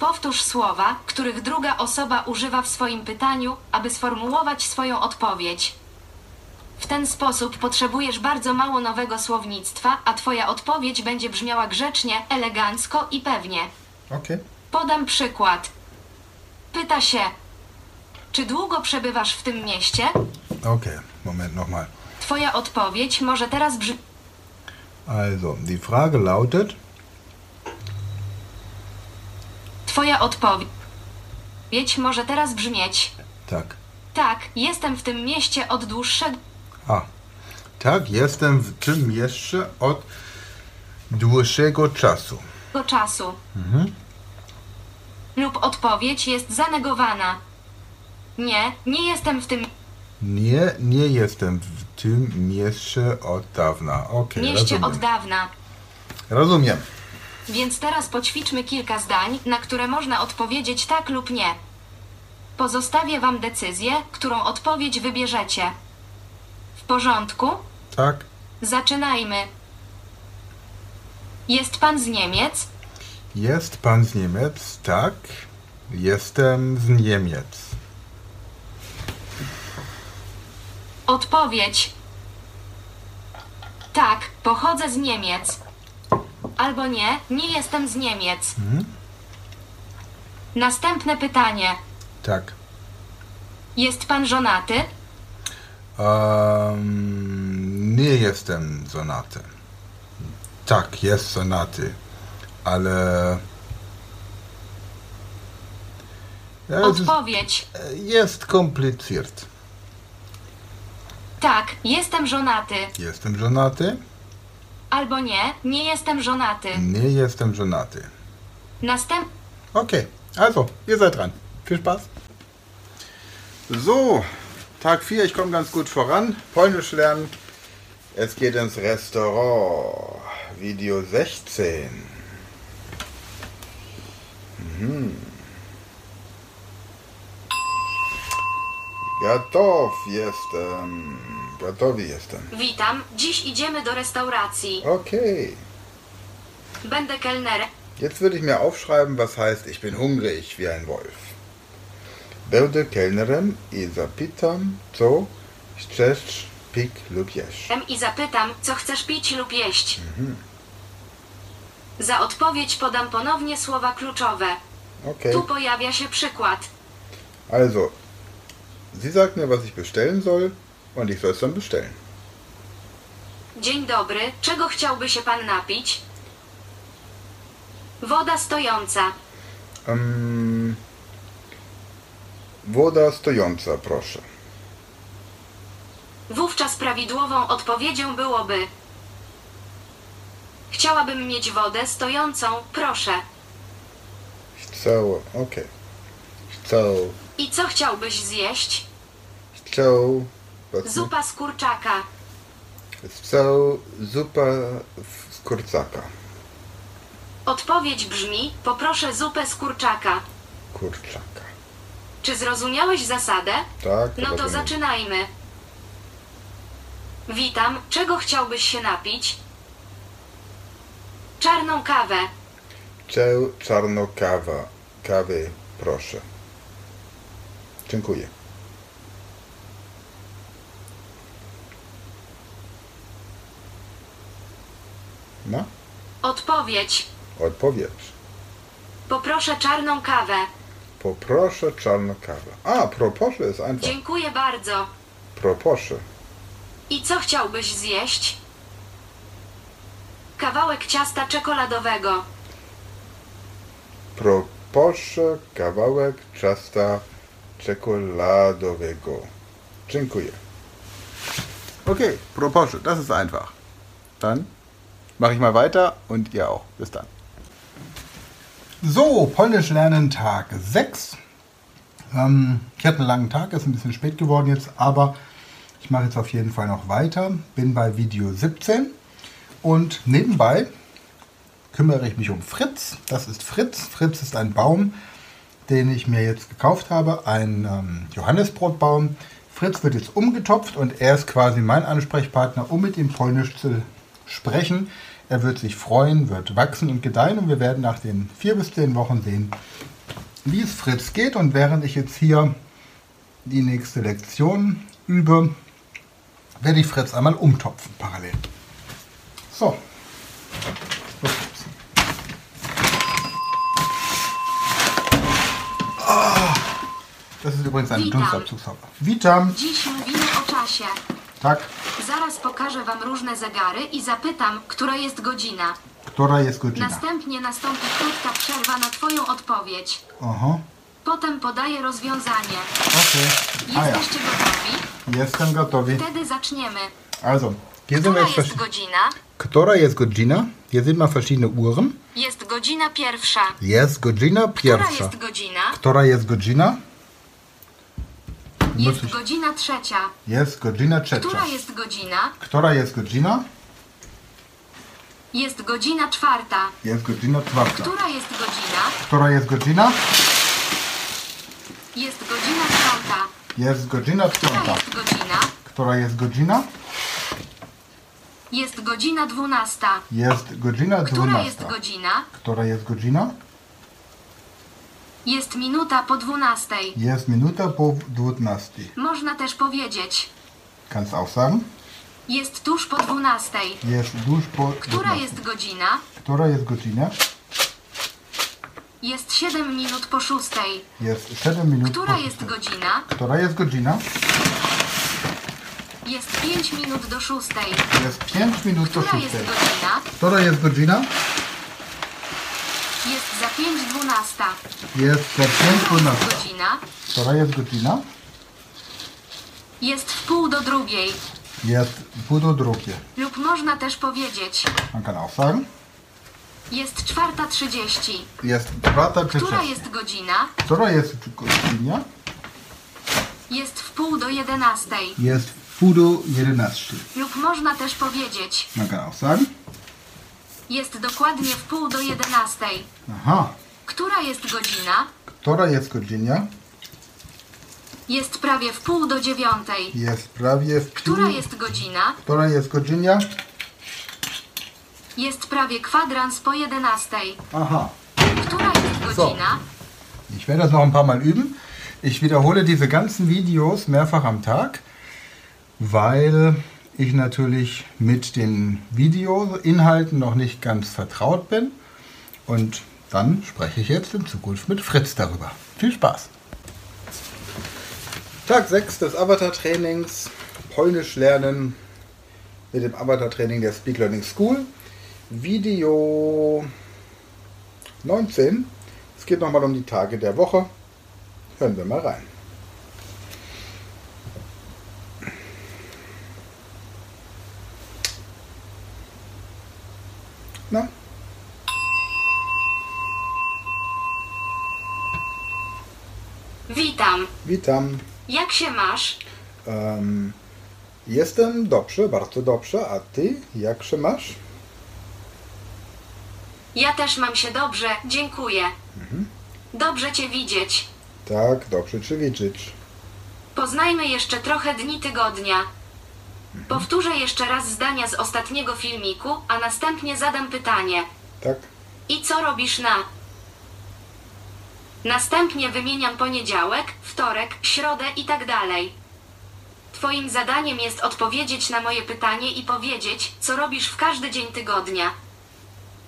S3: Powtórz słowa, których druga osoba używa w swoim pytaniu, aby sformułować swoją odpowiedź. W ten sposób potrzebujesz bardzo mało nowego słownictwa, a twoja odpowiedź będzie brzmiała grzecznie, elegancko i pewnie.
S1: Okay.
S3: Podam przykład. Pyta się: Czy długo przebywasz w tym mieście?
S1: Okay, Moment nochmal.
S3: Twoja odpowiedź może teraz brzmi.
S1: Also, die Frage lautet,
S3: Twoja odpowiedź może teraz brzmieć.
S1: tak,
S3: Tak, jestem w tym mieście od dłuższego.
S1: A. Tak, jestem w tym jeszcze od dłuższego czasu.
S3: dłuższego czasu. Lub odpowiedź jest zanegowana. Nie, nie jestem w tym
S1: Nie, nie jestem w tym jeszcze od dawna. Okej,
S3: mieście
S1: rozumiem.
S3: od dawna.
S1: rozumiem.
S3: Więc teraz poćwiczmy kilka zdań, na które można odpowiedzieć tak lub nie. Pozostawię wam decyzję, którą odpowiedź wybierzecie. W porządku?
S1: Tak.
S3: Zaczynajmy. Jest pan z Niemiec?
S1: Jest pan z Niemiec? Tak. Jestem z Niemiec.
S3: Odpowiedź. Tak, pochodzę z Niemiec. Albo nie, nie jestem z Niemiec. Następne pytanie.
S1: Tak.
S3: Jest pan żonaty?
S1: Um, nie jestem żonaty. Tak, jest żonaty, ale... Ja, es ist-
S3: Odpowiedź.
S1: Jest kompliziert.
S3: Tak, jestem żonaty.
S1: Jestem żonaty?
S3: Albo nie, nie jestem żonaty.
S1: Nie jestem żonaty.
S3: Następ...
S1: Okay, also, ihr seid dran. Viel Spaß. So, Tag 4, ich komme ganz gut voran. Polnisch lernen. Es geht ins Restaurant. Video 16. Mhm. Gotow jestem. Gotowi jestem.
S3: Witam, dziś idziemy do restauracji.
S1: Okay.
S3: Będę kelnerem.
S1: Jetzt würde ich mir aufschreiben, was heißt, ich bin hungrig wie ein Wolf. Będę kelnerem i zapytam, co chcesz pik lub jesz.
S3: i zapytam, co chcesz pić lub jeść. Za odpowiedź podam ponownie słowa kluczowe.
S1: Okay,
S3: Tu pojawia się przykład.
S1: also, sie sagt mir, was ich bestellen soll und ich soll es dann bestellen.
S3: Dzień dobry, czego chciałby się pan napić? Woda stojąca.
S1: Ähm, woda stojąca, proszę.
S3: Wówczas prawidłową odpowiedzią byłoby: Chciałabym mieć wodę stojącą, proszę.
S1: Chcę, okay. Chcę,
S3: I co chciałbyś zjeść?
S1: chcę, was mi-
S3: Zupa z kurczaka.
S1: chcę zupa z kurczaka.
S3: Odpowiedź brzmi: Poproszę zupę z kurczaka.
S1: Kurczaka.
S3: Czy zrozumiałeś zasadę?
S1: Tak,
S3: No to
S1: rozumiem.
S3: zaczynajmy. Witam, czego chciałbyś się napić? Czarną kawę.
S1: Czeł czarno kawa. Kawy, proszę. Dziękuję. No,
S3: Odpowiedź.
S1: odpowiedz.
S3: Poproszę czarną kawę.
S1: Poproszę czarną kawę. A, proposzę jest einfach.
S3: Dziękuję bardzo.
S1: Proposzę.
S3: I co chciałbyś zjeść? Kawałek ciasta czekoladowego.
S1: Proposzę kawałek ciasta czekoladowego. Dziękuję. Okay, proposzę, das ist einfach. Dann mache ich mal weiter und ihr auch. Bis dann. So, Polnisch lernen Tag 6. Ähm, ich hatte einen langen Tag, ist ein bisschen spät geworden jetzt, aber ich mache jetzt auf jeden Fall noch weiter. Bin bei Video 17 und nebenbei kümmere ich mich um Fritz. Das ist Fritz. Fritz ist ein Baum, den ich mir jetzt gekauft habe, ein ähm, Johannisbrotbaum. Fritz wird jetzt umgetopft und er ist quasi mein Ansprechpartner, um mit ihm Polnisch zu sprechen. Er wird sich freuen, wird wachsen und gedeihen und wir werden nach den vier bis zehn Wochen sehen, wie es Fritz geht. Und während ich jetzt hier die nächste Lektion übe, werde ich Fritz einmal umtopfen parallel. So, los geht's. Ah, Das ist übrigens ein
S3: Witam.
S1: Dunstabzugshaube. Witam.
S3: Dziś mówimy o czasie.
S1: Tak.
S3: Zaraz pokażę wam różne zegary i zapytam, która jest godzina.
S1: Która jest godzina?
S3: Następnie nastąpi krótka przerwa na twoją odpowiedź.
S1: Aha.
S3: Potem podaję rozwiązanie.
S1: Okay. Ah ja,
S3: Jesteście gotowi?
S1: jestem gotowy.
S3: Wtedy zaczniemy.
S1: Also, hier sind wir
S3: Która
S1: jetzt
S3: jest
S1: verschiedene.
S3: godzina?
S1: Która jest godzina? Hier sieht man verschiedene Uhren.
S3: Jest godzina pierwsza.
S1: Jest godzina
S3: Która
S1: pierwsza.
S3: jest godzina?
S1: Która jest godzina?
S3: Jest
S1: Musisz-
S3: godzina trzecia.
S1: Jest godzina trzecia.
S3: Która jest godzina?
S1: Która jest godzina?
S3: Jest godzina czwarta.
S1: Jest godzina czwarta.
S3: Która jest godzina?
S1: Która jest godzina?
S3: Jest godzina piąta.
S1: Jest godzina
S3: Która
S1: piąta.
S3: jest godzina?
S1: Która jest godzina?
S3: Jest godzina dwunasta.
S1: Jest godzina
S3: Która jest
S1: dwunasta.
S3: godzina?
S1: Która jest godzina?
S3: Jest minuta po dwunastej.
S1: Jest minuta po 12.
S3: Można też powiedzieć.
S1: Kannst auch sagen.
S3: Jest tuż po dwunastej.
S1: Jest dusz po
S3: Która
S1: 12.
S3: jest godzina?
S1: Która jest godzina?
S3: Jest siedem minut po szóstej.
S1: Jest 7 minut
S3: Która
S1: po
S3: jest
S1: szóstej.
S3: godzina?
S1: Która jest godzina?
S3: Jest pięć minut do szóstej.
S1: Jest 5 minut po
S3: Która jest
S1: 6.
S3: godzina?
S1: Która jest godzina?
S3: Jest za pięć dwunasta.
S1: Jest za 5 po
S3: Która
S1: 12.
S3: jest godzina?
S1: Która jest godzina?
S3: Jest w pół do drugiej.
S1: Jest pół do drugiej.
S3: Lub można też powiedzieć.
S1: Man kann auch sagen.
S3: Jest czwarta trzydzieści.
S1: Jest 2 czy
S3: Która
S1: 3.
S3: jest godzina?
S1: Która jest godzina?
S3: Jest w pół do jedenastej.
S1: Jest pół do 11.
S3: Lub można też powiedzieć.
S1: Man kann auch sagen.
S3: Jest dokładnie w pół do jedenastej.
S1: Aha.
S3: Która jest godzina?
S1: Która jest godzina?
S3: Jest prawie w pół do dziewiątej.
S1: Jest prawie w pół.
S3: Która jest godzina?
S1: Która jest godzina?
S3: Jest prawie kwadrans po jedenastej.
S1: Aha.
S3: Która jest
S1: So.
S3: godzina?
S1: Ich werde das noch ein paar Mal üben. Ich wiederhole diese ganzen Videos mehrfach am Tag, weil ich natürlich mit den Videoinhalten noch nicht ganz vertraut bin. Und dann spreche ich jetzt in Zukunft mit Fritz darüber. Viel Spaß! Tag 6 des Avatar-Trainings, Polnisch lernen mit dem Avatar-Training der Speak Learning School. Video 19. Es geht nochmal um die Tage der Woche. Hören wir mal rein. Na?
S3: Witam.
S1: Witam.
S3: Jak się masz?
S1: Um, jestem dobrze, bardzo dobrze. A ty, jak się masz?
S3: Ja też mam się dobrze, dziękuję. Dobrze cię widzieć.
S1: Tak, dobrze cię widzieć.
S3: Poznajmy jeszcze trochę dni tygodnia. Powtórzę jeszcze raz zdania z ostatniego filmiku, a następnie zadam pytanie.
S1: Tak,
S3: I co robisz na? Następnie wymieniam poniedziałek, wtorek, środę i tak dalej. Twoim zadaniem jest odpowiedzieć na moje pytanie i powiedzieć, co robisz w każdy dzień tygodnia.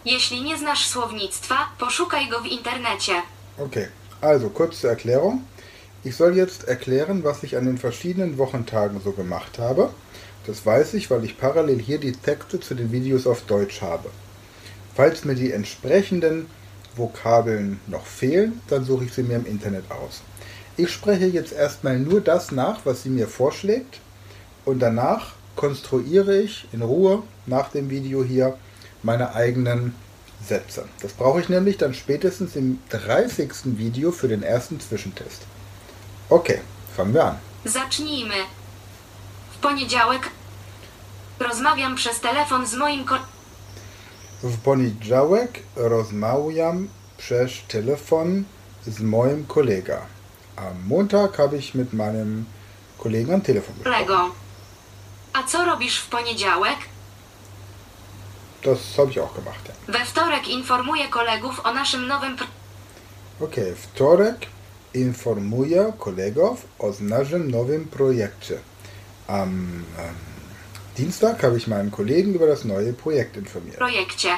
S3: Jeśli nie znasz słownictwa, poszukaj go w internecie.
S1: okay. Also, kurz zur Erklärung. Ich soll jetzt erklären, was ich an den verschiedenen Wochentagen so gemacht habe. Das weiß ich, weil ich parallel hier die Texte zu den Videos auf Deutsch habe. Falls mir die entsprechenden Vokabeln noch fehlen, dann suche ich sie mir im Internet aus. Ich spreche jetzt erstmal nur das nach, was sie mir vorschlägt und danach konstruiere ich in Ruhe nach dem Video hier meine eigenen Sätze. Das brauche ich nämlich dann spätestens im 30. Video für den ersten Zwischentest. Okay, fangen wir an.
S3: Zacznijmy. W poniedziałek rozmawiam przez telefon z moim ko-
S1: W poniedziałek rozmawiam przez telefon z moim kolegą. Am Montag habe ich mit meinem Kollegen am Telefon gesprochen.
S3: kolegą. A co robisz w poniedziałek?
S1: Das habe ich auch gemacht. Ja.
S3: We wtorek informuję kolegów o naszym nowym pr-
S1: Okay, wtorek informuję kolegów o naszym nowym projekcie. Am ähm, Dienstag habe ich meinen Kollegen über das neue Projekt informiert.
S3: projekcie.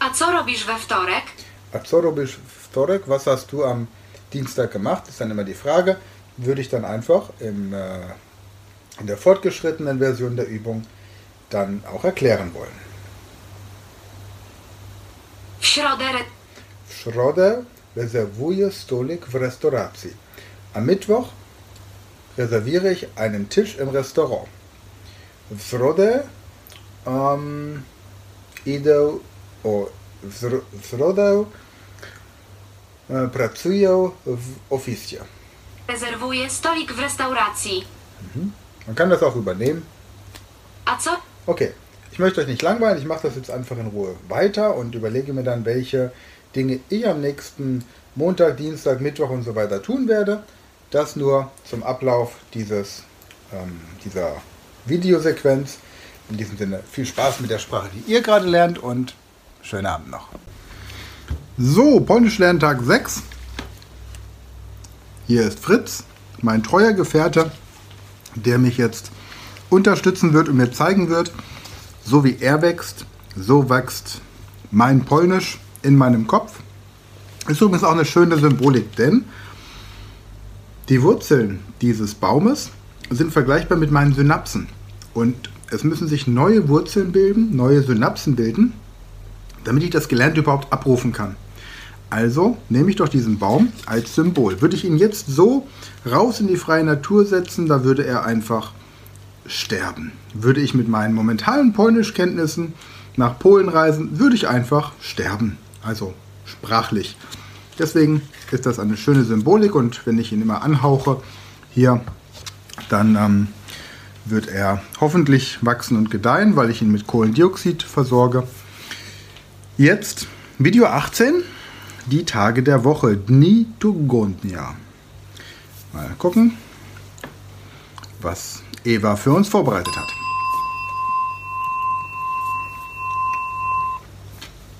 S3: A co robisz we wtorek?
S1: A co robisz w wtorek? Was hast du am Dienstag gemacht? Ist dann immer die Frage. Würde ich dann einfach im, äh, in der fortgeschrittenen Version der Übung dann auch erklären wollen.
S3: W środę re-
S1: W środę rezerwuję stolik w restauracji. Am Mittwoch reserviere ich einen Tisch im Restaurant. W środę ähm, idę, o, w śro- w środę e, pracuję w oficie.
S3: rezerwuję stolik w restauracji.
S1: Man kann das auch übernehmen.
S3: A co?
S1: Okay, ich möchte euch nicht langweilen, ich mache das jetzt einfach in Ruhe weiter und überlege mir dann, welche Dinge ich am nächsten Montag, Dienstag, Mittwoch und so weiter tun werde. Das nur zum Ablauf dieses, ähm, dieser Videosequenz. In diesem Sinne viel Spaß mit der Sprache, die ihr gerade lernt und schönen Abend noch. So, Polnisch lernen Tag 6. Hier ist Fritz, mein treuer Gefährte, der mich jetzt unterstützen wird und mir zeigen wird, so wie er wächst, so wächst mein Polnisch in meinem Kopf. Ist übrigens auch eine schöne Symbolik, denn die Wurzeln dieses Baumes sind vergleichbar mit meinen Synapsen. Und es müssen sich neue Wurzeln bilden, neue Synapsen bilden, damit ich das Gelernte überhaupt abrufen kann. Also nehme ich doch diesen Baum als Symbol. Würde ich ihn jetzt so raus in die freie Natur setzen, da würde er einfach sterben. Würde ich mit meinen momentanen Polnischkenntnissen nach Polen reisen, würde ich einfach sterben. Also sprachlich. Deswegen ist das eine schöne Symbolik und wenn ich ihn immer anhauche hier, dann ähm, wird er hoffentlich wachsen und gedeihen, weil ich ihn mit Kohlendioxid versorge. Jetzt Video 18, die Tage der Woche, Dni Tugodnia. Mal gucken, was Eva für uns vorbereitet hat.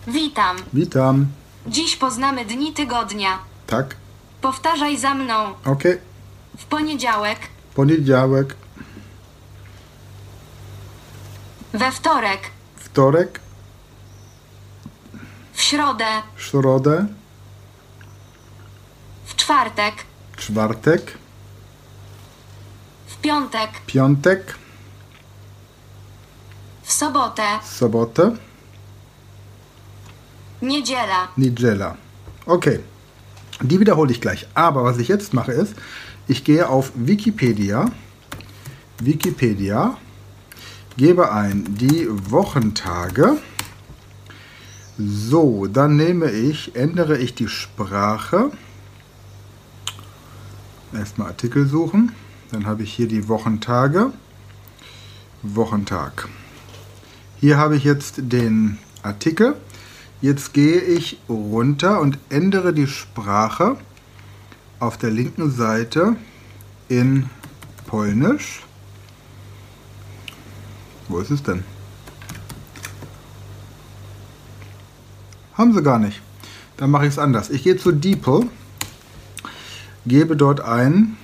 S3: Witam.
S1: Witam.
S3: Dziś poznamy dni tygodnia.
S1: Tak.
S3: Powtarzaj za mną.
S1: Okay.
S3: W poniedziałek,
S1: Poniedziałek,
S3: we wtorek,
S1: wtorek,
S3: w środę,
S1: środę,
S3: w czwartek,
S1: czwartek,
S3: w piątek,
S1: piątek,
S3: w sobotę,
S1: sobotę,
S3: niedziela.
S1: Nigella. Okay, die wiederhole ich gleich. Aber was ich jetzt mache ist, ich gehe auf Wikipedia, Wikipedia, gebe ein die Wochentage. So, dann nehme ich, ändere ich die Sprache. Erstmal Artikel suchen. Dann habe ich hier die Wochentage. Wochentag. Hier habe ich jetzt den Artikel. Jetzt gehe ich runter und ändere die Sprache auf der linken Seite in Polnisch. Wo ist es denn? Haben sie gar nicht. Dann mache ich es anders. Ich gehe zu DeepL, gebe dort ein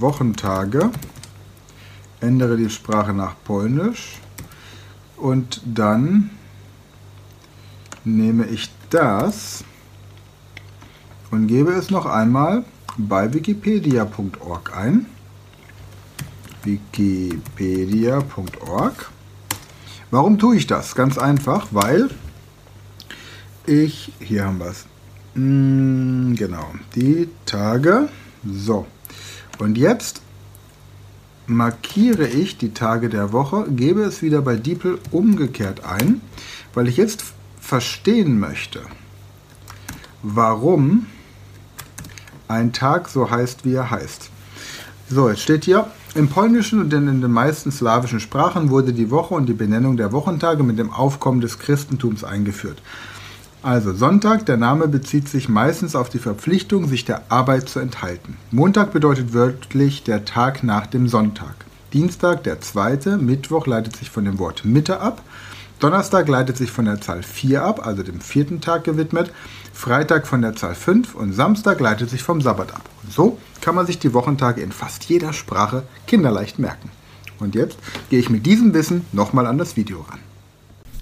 S1: Wochentage, ändere die Sprache nach Polnisch und dann nehme ich das und gebe es noch einmal bei wikipedia.org ein. Wikipedia.org. Warum tue ich das? Ganz einfach, weil ich, hier haben wir es, Mm, genau, die Tage. So, und jetzt markiere ich die Tage der Woche, gebe es wieder bei DeepL umgekehrt ein, weil ich jetzt f- verstehen möchte, warum ein Tag so heißt, wie er heißt. So, jetzt steht hier, im Polnischen und in in den meisten slawischen Sprachen wurde die Woche und die Benennung der Wochentage mit dem Aufkommen des Christentums eingeführt. Also Sonntag, der Name bezieht sich meistens auf die Verpflichtung, sich der Arbeit zu enthalten. Montag bedeutet wörtlich der Tag nach dem Sonntag. Dienstag der zweite, Mittwoch leitet sich von dem Wort Mitte ab. Donnerstag leitet sich von der Zahl 4 ab, also dem vierten Tag gewidmet. Freitag von der Zahl 5 und Samstag leitet sich vom Sabbat ab. Und so kann man sich die Wochentage in fast jeder Sprache kinderleicht merken. Und jetzt gehe ich mit diesem Wissen nochmal an das Video ran.